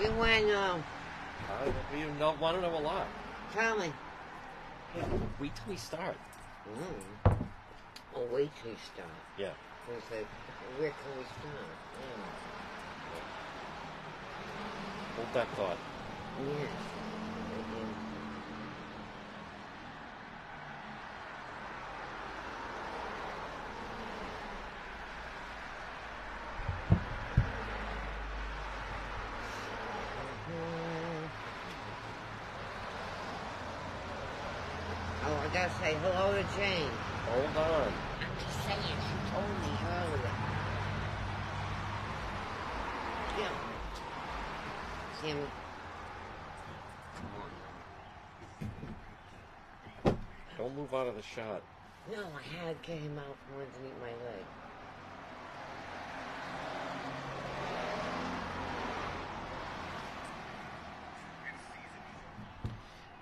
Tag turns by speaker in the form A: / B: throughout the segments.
A: You want to know,
B: I, you know, want to know a lot.
A: tell me.
B: Yeah, wait till we start.
A: Mm. Well, wait till you start.
B: Yeah.
A: They say, where can we start?
B: Hold that thought.
A: Yeah. Yes. Mhm. Oh, I gotta say hello to Jane.
B: Hold on.
A: I'm just saying, she told me earlier. Yeah. Sammy.
B: Don't move out of the shot.
A: No, I had to get him out from underneath my leg.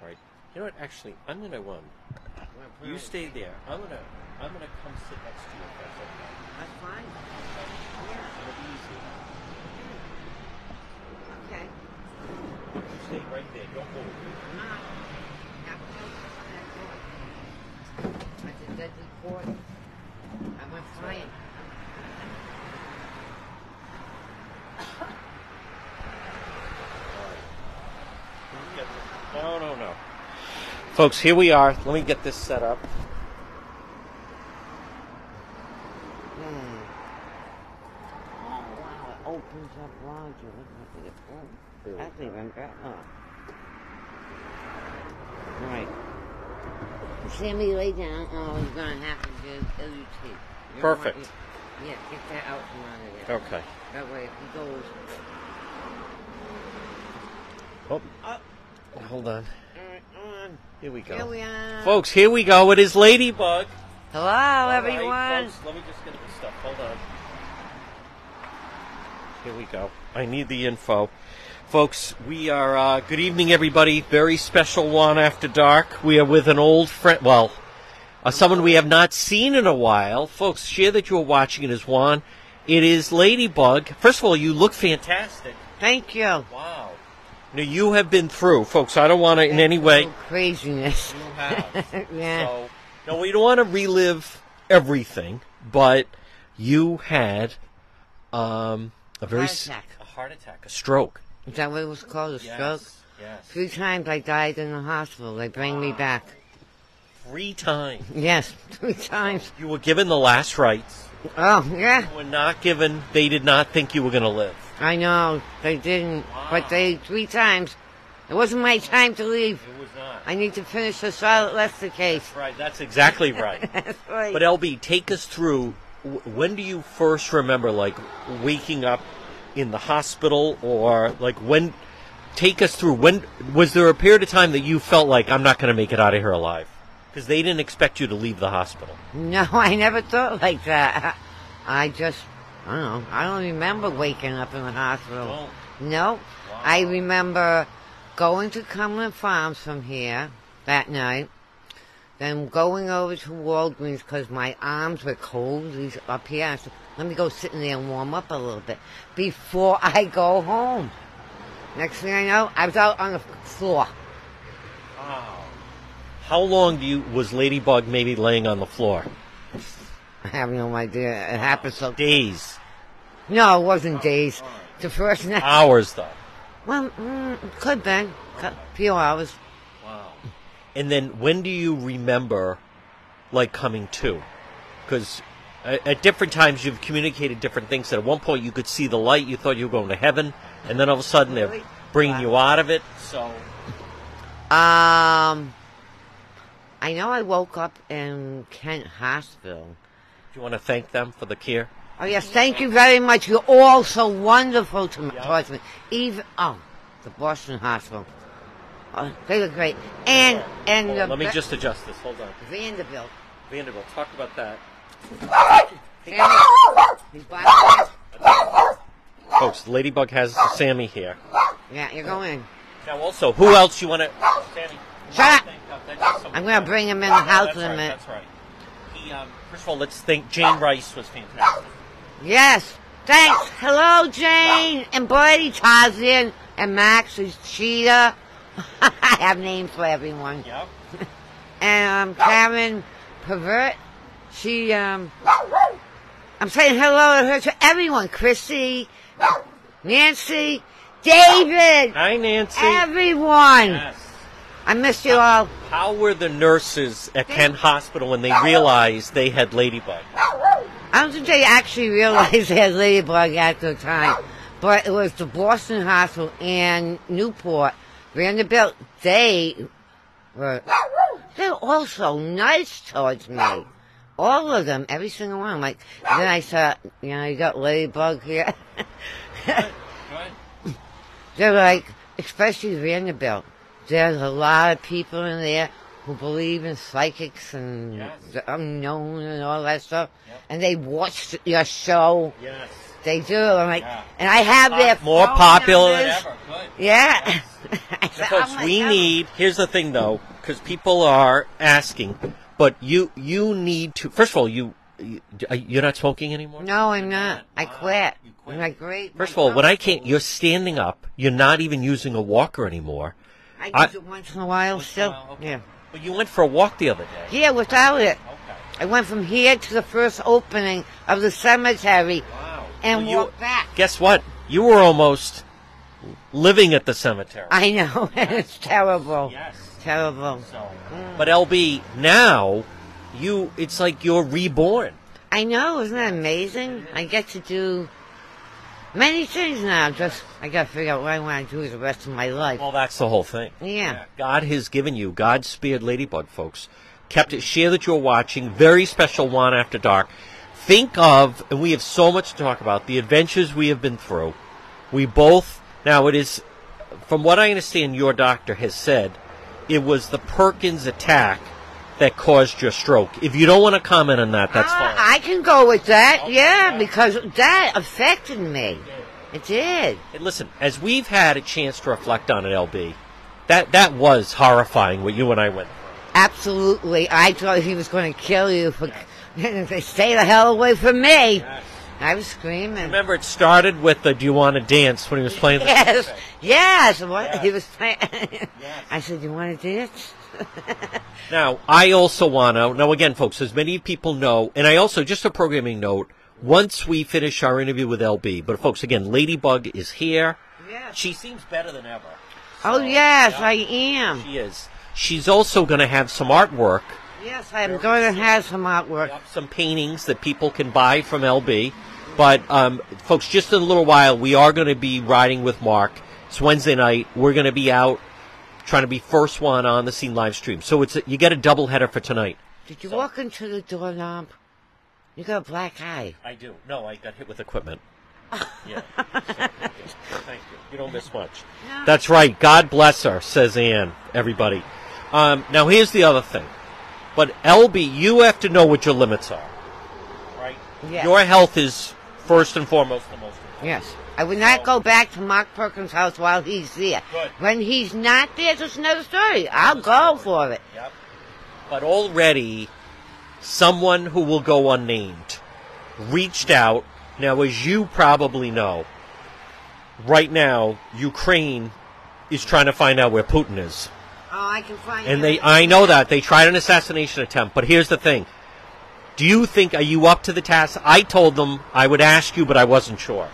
B: All right. You know what? Actually, I'm gonna um.
A: My
B: You
A: pride.
B: stay there. I'm gonna. I'm gonna come sit next to you. If that's okay.
A: That's fine.
B: It'll be easy.
A: Okay.
B: You stay right there. Don't move.
A: I'm not. That was I did that before. I'm a flying.
B: No, no, no. Folks, here we are. Let me get this set up.
A: Hmm. Oh, wow. It opens up larger. Look at it. Oh, That's even better. Right. Sammy, lay down. Oh, he's going to have to do LUT.
B: Perfect. Oh.
A: Yeah, get that out from under there.
B: Okay.
A: That way, if he goes.
B: Oh,
A: Oh,
B: hold on.
A: alright, on.
B: Here we
A: Here
B: go.
A: we are.
B: Folks, here we go. It is Ladybug.
A: Hello,
B: All right,
A: everyone.
B: folks, let me just get this stuff. Hold on. Here we go. I need the info. Folks, we are, uh, good evening, everybody. Very special one after dark. We are with an old friend, well, uh, someone we have not seen in a while. Folks, share that you are watching it as Juan. It is Ladybug. First of all, you look fantastic.
A: Thank you.
B: Wow. Now, you have been through, folks. I don't want to in any way.
A: Oh, craziness.
B: You have.
A: Yeah.
B: So, no, we don't want to relive everything, but you had um, a very
A: Heart
B: s-
A: attack.
B: a heart attack, a stroke.
A: Is that what it was called? A stroke?
B: Yes.
A: Three times I died in the hospital. They bring me back.
B: Three times.
A: Yes, three times.
B: You were given the last rites.
A: Oh, yeah.
B: You were not given. They did not think you were going to live.
A: I know. They didn't. But they, three times. It wasn't my time to leave.
B: It was not.
A: I need to finish the Charlotte Lester case.
B: right. That's exactly right.
A: That's right.
B: but LB, take us through. wh- When do you first remember, like, waking up in the hospital, or like when? Take us through. When was there a period of time that you felt like I'm not going to make it out of here alive? Because they didn't expect you to leave the hospital.
A: No, I never thought like that. I just, I don't know. I don't remember waking up in the hospital. No. I remember going to Cumberland Farms from here that night, then going over to Walgreens because my arms were cold. These up here, I said, let me go sit in there and warm up a little bit before I go home. Next thing I know, I was out on the floor.
B: Wow. How long do you was Ladybug maybe laying on the floor?
A: I have no idea. It happened so.
B: Days,
A: No, it wasn't days. The first night.
B: hours, though.
A: Well, mm, could been. A few hours.
B: Wow. And then when do you remember, like, coming to? Because at different times you've communicated different things. That at one point you could see the light, you thought you were going to heaven, and then all of a sudden they're
A: Really?
B: bringing you out of it. So
A: Um, I know I woke up in Kent Hospital.
B: do you want to thank them for the care?
A: Oh yes, thank you very much. You're all so wonderful to me,
B: Yeah.
A: towards me. Even oh, the Boston Hospital. Oh, they were great. And and
B: Hold
A: the
B: on, let me
A: Ve-
B: just adjust this. Hold on,
A: Vanderbilt.
B: Vanderbilt, talk about that,
A: He's black.
B: folks. Ladybug has Sammy here.
A: Yeah, you're going.
B: Now, also, who else you want to? Sammy.
A: Shut up.
B: thank- oh, that's just something.
A: I'm gonna bring him in the house
B: Oh, That's
A: in a
B: right.
A: minute.
B: That's right. He, um, first of all, let's thank Jane Rice was fantastic.
A: Yes. Thanks. Hello, Jane and Brady Tarzan. and Max is Cheetah. I have names for everyone.
B: Yep.
A: And um, Karen Pervert, she, um, I'm saying hello to her, to everyone. Chrissy, Nancy, David,
B: Hi, Nancy.
A: everyone.
B: Yes.
A: I missed you all.
B: How were the nurses at Kent Hospital when they realized they had ladybug?
A: I don't think they actually realized they had ladybug at the time, but it was the Boston Hospital and Newport, Vanderbilt. They were they're all so nice towards me. All of them, every single one. Like then I saw, you know, you got ladybug here. they're like, especially Vanderbilt. There's a lot of people in there who believe in psychics and
B: Yes.
A: the unknown and all that stuff,
B: Yep.
A: and they watch your show.
B: Yes.
A: They do. I'm like,
B: Yeah.
A: and I have their
B: More
A: phone
B: popular than
A: numbers.
B: ever. Good.
A: Yeah.
B: Now,
A: So
B: folks,
A: I'm like,
B: we
A: oh.
B: need. Here's the thing, though, because people are asking, but you you need to. First of all, you, you you're not smoking anymore.
A: No, I'm not. I quit.
B: You quit.
A: I'm like, great.
B: First of
A: my
B: all, when I
A: God.
B: can't, you're standing up. You're not even using a walker anymore.
A: I
B: I-
A: do it once in a while still. Yeah.
B: But you went for a walk the other day.
A: Yeah, without it.
B: Okay.
A: I went from here to the first opening of the cemetery
B: Wow.
A: and
B: Well, you-
A: walked back.
B: Guess what? You were almost living at the cemetery.
A: I know. it's terrible.
B: yes.
A: Terrible.
B: So, but LB, now you it's like you're reborn.
A: I know, isn't that amazing? I get to do many things now. Just I gotta figure out what I want to do the rest of my life.
B: Well, that's the whole thing.
A: yeah.
B: God has given you. God spared Ladybug, folks. Kept it. Share that you're watching. Very special one after dark. Think of, and we have so much to talk about. The adventures we have been through. We both now it is, from what I understand, your doctor has said, it was the Perkins attack that caused your stroke. If you don't want to comment on that, that's
A: Uh,
B: fine.
A: I can go with that,
B: Okay,
A: yeah,
B: yeah.
A: because that affected me. It did.
B: And listen, as we've had a chance to reflect on it, LB, that that was horrifying. What you and I went. through.
A: Absolutely. I thought he was going to kill you for. Stay the hell away from me. I was screaming.
B: Remember, it started with the "Do you want to dance?" when he was playing. The
A: Yes, yes. What he was playing.
B: Yes.
A: I said, "You want to dance?"
B: Now, I also want to. Now, again, folks, as many people know, and I also just a programming note. Once we finish our interview with LB, but folks, again, Ladybug is here.
A: Yes.
B: She seems better than ever.
A: oh
B: So,
A: yes,
B: yeah,
A: I am.
B: she is. She's also going to have some artwork,
A: Yes, I'm going to have some artwork.
B: some paintings that people can buy from LB. But um, folks, just in a little while, we are going to be riding with Mark. It's Wednesday night. We're going to be out trying to be first one on the scene live stream. So it's you get a double header for tonight.
A: Did you walk into the doorknob? You got a black eye.
B: I do. No, I got hit with equipment. yeah. Thank you. You don't miss much.
A: No.
B: That's right. God bless her, says Ann, everybody. Um, now, here's the other thing. But, LB, you have to know what your limits are. Right?
A: Yes.
B: Your health is first and foremost the most important.
A: Yes. I would not
B: So-
A: go back to Mark Perkins' house while he's there.
B: Good.
A: When he's not there, it's another story. I'll go for it.
B: Yep. But already, someone who will go unnamed reached out. Now, as you probably know, right now, Ukraine is trying to find out where Putin is.
A: Oh, I can find
B: And
A: out.
B: they, uh, I know that. They tried an assassination attempt. But here's the thing. Do you think, are you up to the task? I told them I would ask you, but I wasn't sure.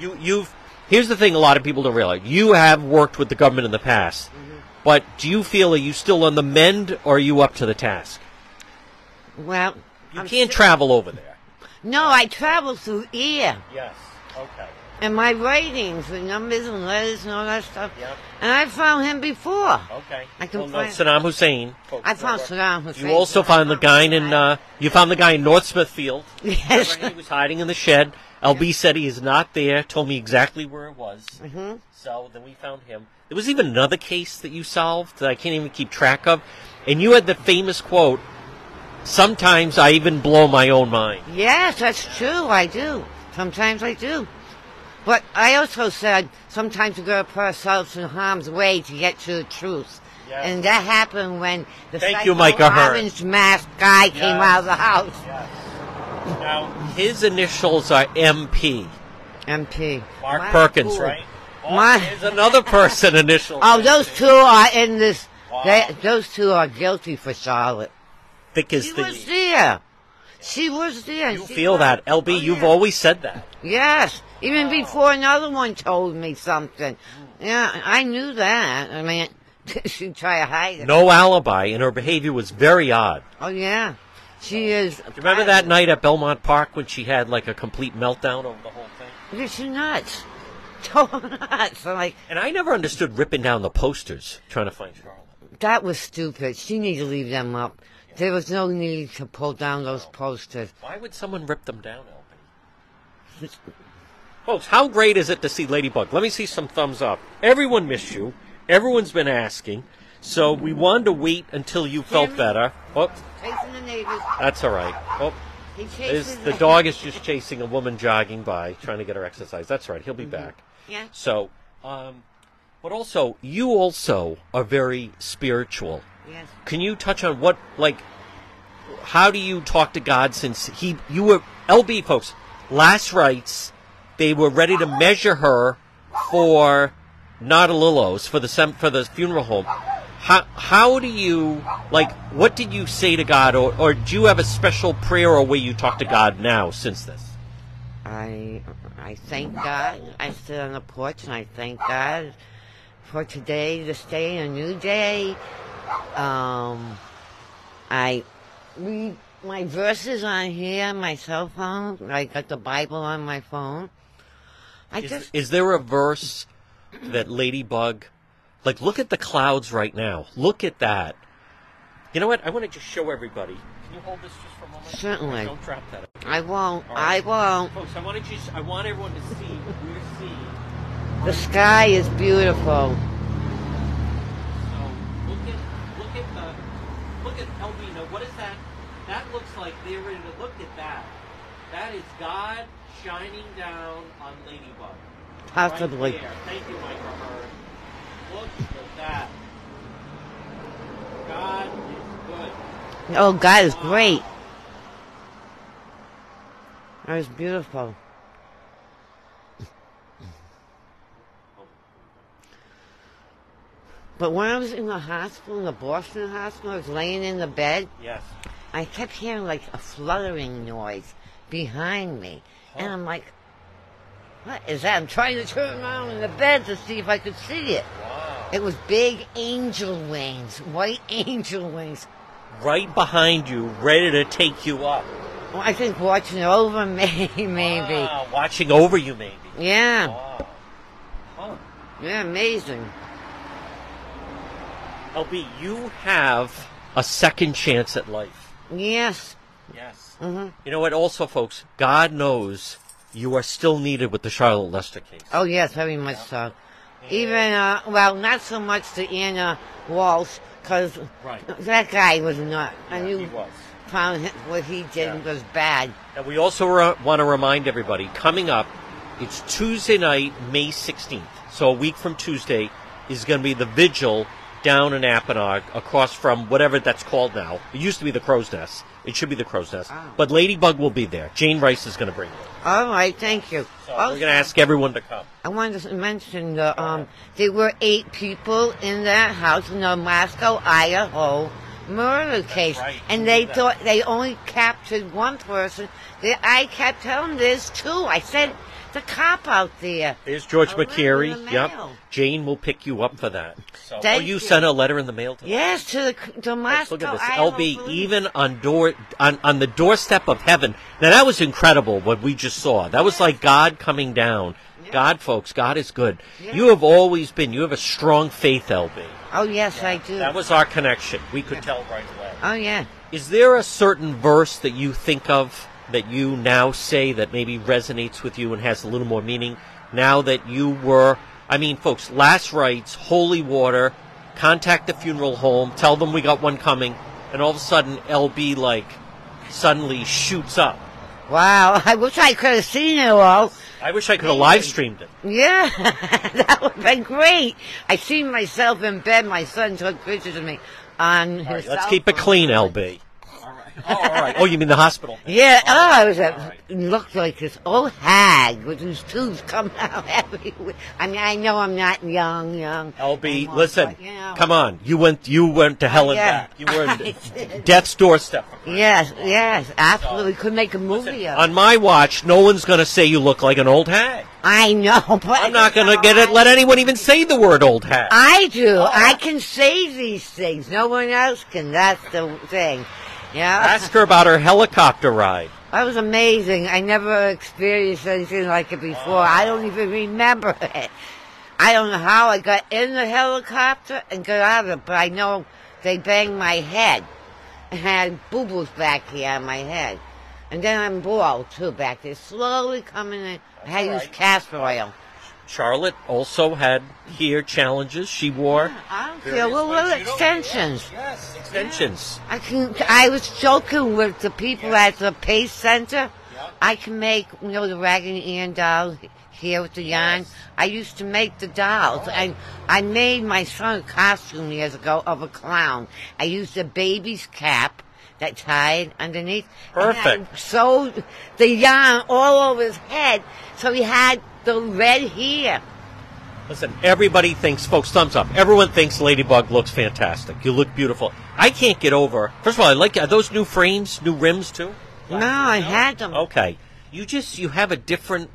B: You, you've, here's the thing a lot of people don't realize. You have worked with the government in the past. But do you feel, are you still on the mend, or are you up to the task?
A: Well,
B: You
A: I'm
B: can't
A: si-
B: travel over there.
A: no, I travel through ear
B: Yes. Okay.
A: and my writings with numbers and letters and all that stuff.
B: Yep. Oh,
A: And I found him before.
B: Okay.
A: I can
B: well, no,
A: find-
B: Saddam Hussein.
A: I found Saddam Hussein.
B: You also found the guy in, uh, you found the guy in North Smithfield.
A: Yes.
B: Remember, he was hiding in the shed. LB said he is not there. Told me exactly where it was.
A: Mhm.
B: So then we found him. There was even another case that you solved that I can't even keep track of, and you had the famous quote. Sometimes I even blow my own mind.
A: Yes, that's true. I do. Sometimes I do. But I also said sometimes we gotta put ourselves in harm's way to get to the truth.
B: Yes.
A: And that happened when the
B: Thank you, Micah
A: psycho
B: Hearn.
A: orange mask guy came
B: Yes.
A: out of the house.
B: Now his initials are MP.
A: MP.
B: Mark
A: Wow,
B: Perkins,
A: cool.
B: right? Oh,
A: My-
B: There's another person initial.
A: Oh, those two are in this. They, those two are guilty for Charlotte.
B: Thick as
A: She
B: the. E.
A: was there. She was there.
B: You
A: She
B: feel
A: was-
B: that, LB?
A: Oh,
B: You've
A: yeah.
B: always said that.
A: Yes, even before another one told me something. Yeah, I knew that. I mean, she try to hide it.
B: No alibi, and her behavior was very odd.
A: Oh yeah, she is.
B: Do you remember that night at Belmont Park when she had like a complete meltdown over the whole thing?
A: Yeah, She nuts. Total nuts. I'm like
B: And I never understood ripping down the posters trying to find Charlotte.
A: that was stupid. She needed to leave them up. There was no need to pull down those posters.
B: Why would someone rip them down, LB? Folks, how great is it to see Ladybug? Let me see some thumbs up. Everyone missed you. Everyone's been asking. So we wanted to wait until you felt
A: Jimmy.
B: better. Oh,
A: Chasing the neighbors.
B: that's all right. Oh,
A: He chases
B: is, the dog is just chasing a woman jogging by, trying to get her exercise. That's right. He'll be back.
A: Yeah.
B: So, um, but also, you also are very spiritual.
A: Yes.
B: Can you touch on what, like, how do you talk to God since he, you were, LB folks, last rites, they were ready to measure her for Nautilolos, for the, sem- for the funeral home. How, how do you, like, what did you say to God, or, or do you have a special prayer or way you talk to God now since this?
A: I I thank God. I sit on the porch and I thank God for today, this day, a new day. Um, I read my verses on here, my cell phone. I got the Bible on my phone. I
B: Is,
A: just
B: is there a verse that Ladybug, like, look at the clouds right now. Look at that. You know what? I want to just show everybody. Can you hold this just for a moment?
A: Certainly.
B: Don't drop that.
A: I won't.
B: All right.
A: I won't.
B: Folks, I want to just, I want everyone to see. We're seeing.
A: The sky is beautiful.
B: So look at, look at the, look at Elvina. What is that? That looks like they're ready to look at that. That is God shining down on Ladybug.
A: Possibly.
B: Right there. Thank you, Michael Hurd. Look at that. God is good.
A: Oh, God is great. That was beautiful. But when I was in the hospital, in the Boston hospital, I was laying in the bed.
B: Yes.
A: I kept hearing like a fluttering noise behind me. And I'm like, what is that? I'm trying to turn around in the bed to see if I could see it.
B: Wow.
A: It was big angel wings, white angel wings.
B: Right behind you, ready to take you up.
A: Well, I think watching over me, maybe.
B: Wow, watching over you, maybe.
A: Yeah,
B: Wow. Huh.
A: yeah, amazing.
B: LB, you have a second chance at life.
A: Yes.
B: Yes.
A: hmm
B: You know what? Also, folks, God knows you are still needed with the Charlotte Lester case.
A: Oh, yes, very much so. Even, uh, well, not so much to Anna Walsh, because
B: Right.
A: that guy was not. and you
B: he was.
A: found him- what he did
B: Yeah.
A: was bad.
B: And we also re- want to remind everybody coming up, it's Tuesday night, May 16th. So a week from Tuesday is going to be the vigil down in Appanog across from whatever that's called now. It used to be the Crow's Nest. It should be the Crow's Nest.
A: Ah.
B: But Ladybug will be there. Jane Rice is going to bring it.
A: All right, thank you.
B: So
A: Also,
B: we're going to ask everyone to come.
A: I wanted to mention the, um, there were eight people in that house in the Moscow, Idaho murder case,
B: right, you
A: and they
B: knew that.
A: thought they only captured one person. They, I kept telling them there's two. I said the cop out there.
B: There's George
A: A letter in
B: McCary.
A: the
B: Yep.
A: mail.
B: Jane will pick you up for that. So, oh,
A: Thank
B: you
A: you.
B: sent a letter in the mail to
A: Yes, to the to
B: Folks,
A: Moscow.
B: Look at this,
A: Idaho
B: LB.
A: police.
B: Even on door on, on the doorstep of heaven. Now that was incredible. What we just saw. That was like God coming down. God, folks, God is good. You have always been. You have a strong faith, LB.
A: Oh yes, I do.
B: That was our connection. We could tell right away.
A: oh yeah.
B: Is there a certain verse that you think of that you now say that maybe resonates with you and has a little more meaning now that you were? I mean, folks, last rites, holy water, contact the funeral home, tell them we got one coming, and all of a sudden LB like suddenly shoots up.
A: Wow. I wish I could have seen it all.
B: I wish I could have live streamed it.
A: Yeah, that would have been great. I seen myself in bed. My son took pictures of me on his.
B: All right, let's
A: cell
B: keep it
A: phone.
B: clean, LB. All right. Oh, all right. Oh, you mean the hospital?
A: Yeah, oh, I was a,
B: all right.
A: looked like this old hag with these tubes coming out everywhere. I mean, I know I'm not young, young.
B: LB,
A: I'm old,
B: listen,
A: but, you know,
B: come on. You went, you went to hell and
A: Yeah.
B: back. You were
A: I
B: in
A: did.
B: death's doorstep.
A: Yes, yes, absolutely. Could make a movie of it.
B: On my watch, no one's going to say you look like an old hag.
A: I know, but
B: I'm not going to get it. Let anyone even say the word old hag.
A: I do. I can say these things. No one else can. That's the thing. Yeah.
B: Ask her about her helicopter ride.
A: That was amazing. I never experienced anything like it before. I don't even remember it. I don't know how I got in the helicopter and got out of it, but I know they banged my head. I had boo boos back here on my head. And then I'm bald too back there, slowly coming in. I had to use
B: alright.
A: castor oil.
B: Charlotte also had hair challenges. She wore
A: I don't feel little, little extensions.
B: Yes, extensions.
A: I can. I was joking with the people at the Pace Center.
B: Yeah.
A: I can make, you know, the Raggedy Ann doll here with the yarn.
B: Yes.
A: I used to make the dolls, and I made my son a costume years ago of a clown. I used a baby's cap that tied underneath. and I
B: Perfect.
A: sewed the yarn all over his head, so he had the red hair.
B: Listen, everybody thinks, folks, thumbs up. Everyone thinks Ladybug looks fantastic. You look beautiful. I can't get over. First of all, I like are those new frames, new rims too.
A: No, I
B: Oh.
A: had them.
B: Okay, you just you have a different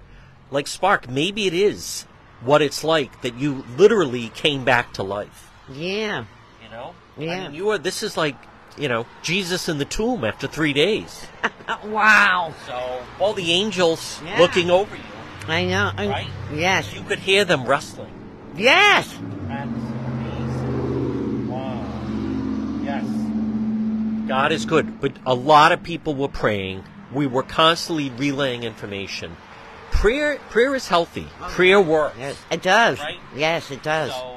B: like spark. Maybe it is what it's like that you literally came back to life.
A: Yeah.
B: You know, I
A: Yeah.
B: mean, you are. This is like you know Jesus in the tomb after three days.
A: Wow.
B: So all the angels
A: Yeah.
B: looking over you.
A: I know. I-
B: Right?
A: Yes.
B: You could hear them rustling.
A: Yes.
B: That's amazing. Wow. Yes. God is good, but a lot of people were praying. We were constantly relaying information. Prayer prayer is healthy. Prayer works.
A: Yes, it does.
B: Right?
A: Yes, it does.
B: Oh, So,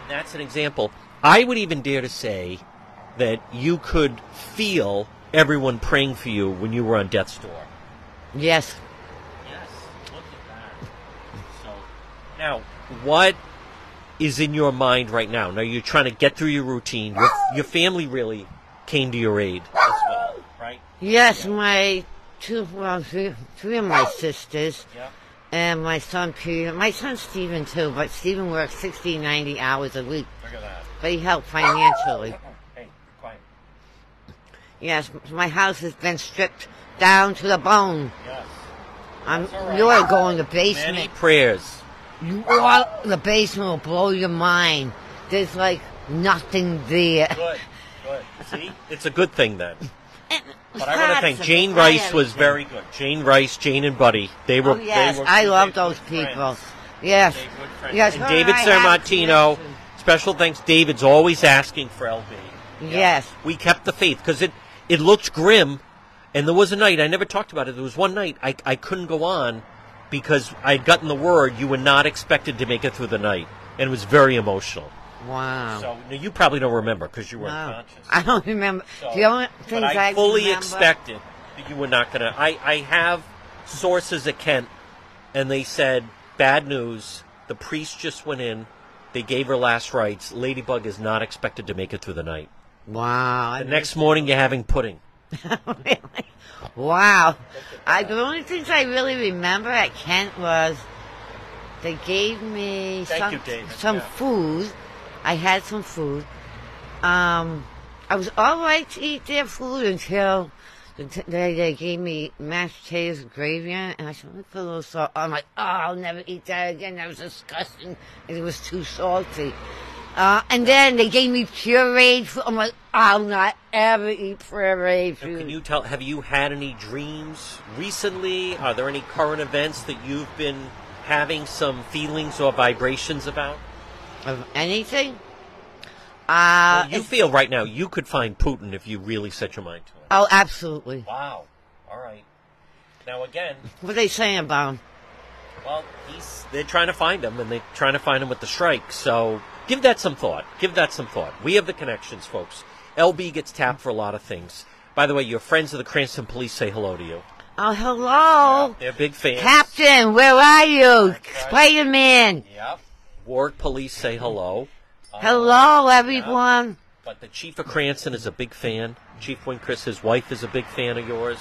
B: and that's an example. I would even dare to say that you could feel everyone praying for you when you were on death's door.
A: Yes.
B: Yes, look at that. So, now, what is in your mind right now? Now you're trying to get through your routine. Your, your family really came to your aid as well, right?
A: Yes, my two, well, three, three of my sisters
B: Yeah.
A: and my son Peter. My son Stephen, too, but Stephen works 60, 90 hours a week,
B: Look at that. Oh,
A: but he helped financially.
B: Hey, quiet.
A: Yes, my house has been stripped down to the bone.
B: Yes.
A: I'm,
B: That's all right.
A: You're going to
B: Many
A: basement.
B: prayers.
A: You are, the basement will blow your mind. There's like nothing there.
B: Good. Good. See, it's a good thing then. But I want to
A: Lots
B: thank
A: of
B: Jane
A: variety.
B: Rice was very good. Jane Rice, Jane and Buddy, they were.
A: Oh, yes,
B: they were
A: I
B: they
A: love
B: were
A: those
B: friends.
A: people. Yes.
B: They were friends.
A: Yes.
B: And
A: her
B: David
A: I have
B: Sermartino,
A: connections.
B: special thanks. David's always asking for LB.
A: Yes.
B: We kept the faith because it, it looked grim. And there was a night, I never talked about it, there was one night I, I couldn't go on because I'd gotten the word you were not expected to make it through the night. And it was very emotional.
A: Wow.
B: So now you probably don't remember because you were
A: No,
B: unconscious.
A: I don't remember.
B: So,
A: the only things
B: but I, fully
A: remember-
B: expected that you were not going to. I, I have sources at Kent, and they said bad news. The priest just went in. They gave her last rites. Ladybug is not expected to make it through the night.
A: Wow. I
B: The next morning, you're having pudding.
A: really, wow. I, the only things I really remember at Kent was they gave me
B: Thank
A: some
B: you, David,
A: some
B: yeah.
A: food. I had some food. Um, I was all right to eat their food until the t- they, they gave me mashed potatoes and gravy on it, and I said, let me put a little salt. I'm like, oh, I'll never eat that again. That was disgusting, and it was too salty. Uh, and then they gave me pureed food. I'm like, I'll not ever eat pureed
B: Now,
A: food.
B: Can you tell? Have you had any dreams recently? Are there any current events that you've been having some feelings or vibrations about?
A: of anything? Uh,
B: you
A: it's-
B: feel right now you could find Putin if you really set your mind to it.
A: oh, absolutely.
B: Wow. All right. Now again,
A: What are they saying about him?
B: well, he's they're trying to find him and they're trying to find him with the strike. So give that some thought. Give that some thought. We have the connections, folks. LB gets tapped for a lot of things. By the way, your friends of the Cranston Police say hello to you.
A: Oh, hello.
B: They're big fans.
A: Captain, where are you? Spider Man.
B: Yep. Warwick Police say hello.
A: Hello, everyone.
B: But the Chief of Cranston is a big fan. Chief Chris, his wife, is a big fan of yours.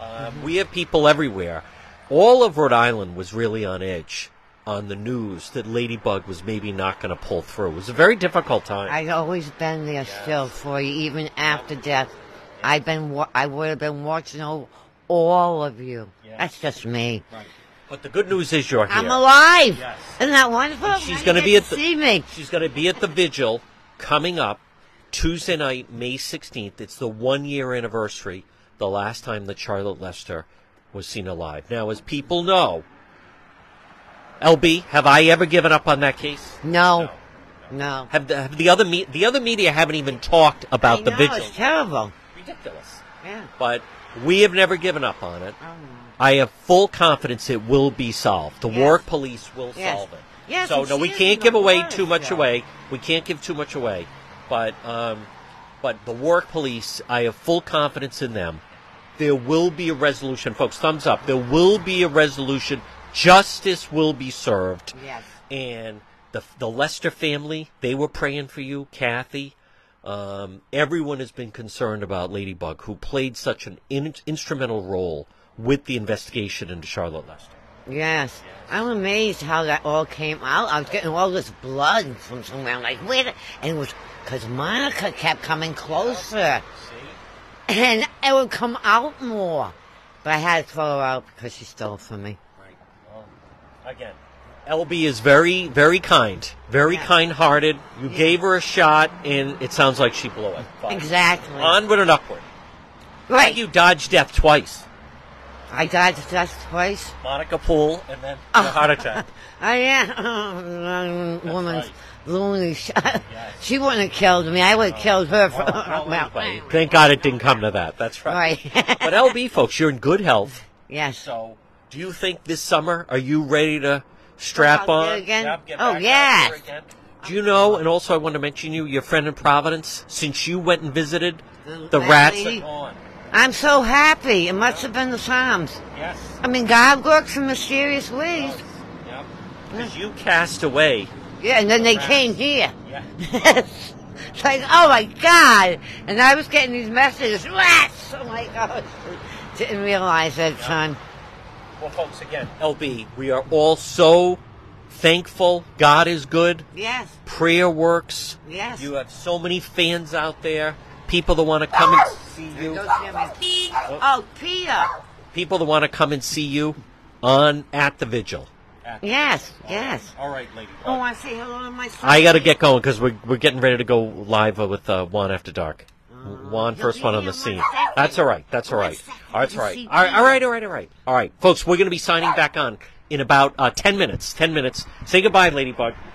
B: Uh, We have people everywhere. All of Rhode Island was really on edge on the news that Ladybug was maybe not going to pull through. It was a very difficult time.
A: I've always been there still for you, even after death. I've been, wa- I would have been watching all, all of you.
B: Yes.
A: That's just me.
B: But the good news is you're here.
A: I'm alive.
B: Yes.
A: Isn't that wonderful?
B: And she's
A: Now you
B: gonna
A: get
B: be at the-
A: see me.
B: She's going to be at the vigil coming up Tuesday night, May 16th. It's the one year anniversary, the last time that Charlotte Lester was seen alive. Now, as people know, LB, have I ever given up on that case?
A: No, no.
B: Have the, have the other me- the other media haven't even talked about
A: I
B: the
A: know,
B: vigil?
A: It's terrible.
B: ridiculous.
A: Yeah.
B: But we have never given up on it.
A: Um,
B: I have full confidence it will be solved. The
A: Yes.
B: Warwick Police will
A: Yes.
B: solve it.
A: Yes,
B: so
A: and
B: no, we
A: she is
B: can't
A: in
B: give
A: the
B: away
A: forest,
B: too much
A: though.
B: away. We can't give too much away, but um, but the Warwick Police, I have full confidence in them. There will be a resolution, folks. Thumbs up. There will be a resolution. Justice will be served
A: yes.
B: and the the Lester family, they were praying for you, Kathy. Um, everyone has been concerned about Ladybug, who played such an in- instrumental role with the investigation into Charlotte Lester.
A: Yes. I'm amazed how that all came out. I was getting all this blood from somewhere. I'm like, wait, a-" and it was because Monica kept coming closer, and it would come out more. But I had to throw her out because she stole from me.
B: Right. Well, again, LB is very, very kind, very
A: Yeah.
B: kind-hearted. You gave her a shot, and it sounds like she blew it. But
A: Exactly.
B: Onward and upward.
A: right.
B: You dodged death twice.
A: I died to death twice.
B: Monica Poole, and then a heart attack.
A: I am. Um, woman's
B: right.
A: loony. Sh- She wouldn't have killed me. I would have killed her. For,
B: Well,
A: well,
B: anyway, Thank God it didn't come to that. That's right.
A: right.
B: but LB, folks, you're in good health.
A: yes.
B: So, do you think this summer are you ready to strap
A: Go out there
B: on?
A: again? Yep, get Oh, back out yes. there again.
B: Do you know? And also, I want to mention you, your friend in Providence. Since you went and visited,
A: The
B: the
A: lady?
B: rats
A: Are
B: gone.
A: I'm so happy. It must have been the Psalms.
B: Yes.
A: I mean, God works in mysterious ways.
B: Yep. Because you cast away.
A: Yeah, and then they
B: rats.
A: came here.
B: Yeah.
A: it's like, oh my God. And I was getting these messages, rats. Oh my God. Didn't realize that time.
B: Well, folks, again, LB, we are all so thankful. God is good.
A: Yes,
B: Prayer works.
A: yes.
B: You uh, have so many fans out there. People that want to come and see you.
A: Don't hear me. Oh, Peter.
B: people that want to come and see you on at the vigil.
A: Yes, yes.
B: All right, lady.
A: Oh, I say hello to my son.
B: I got to get going because we're we're getting ready to go live with uh, Juan after dark.
A: Mm.
B: Juan, first one on the scene. That's all right. That's all right. All right, that's all right. All right, all right, all right, all right. All right, folks, we're going to be signing back on in about uh, ten minutes. Ten minutes. Say goodbye, Ladybug.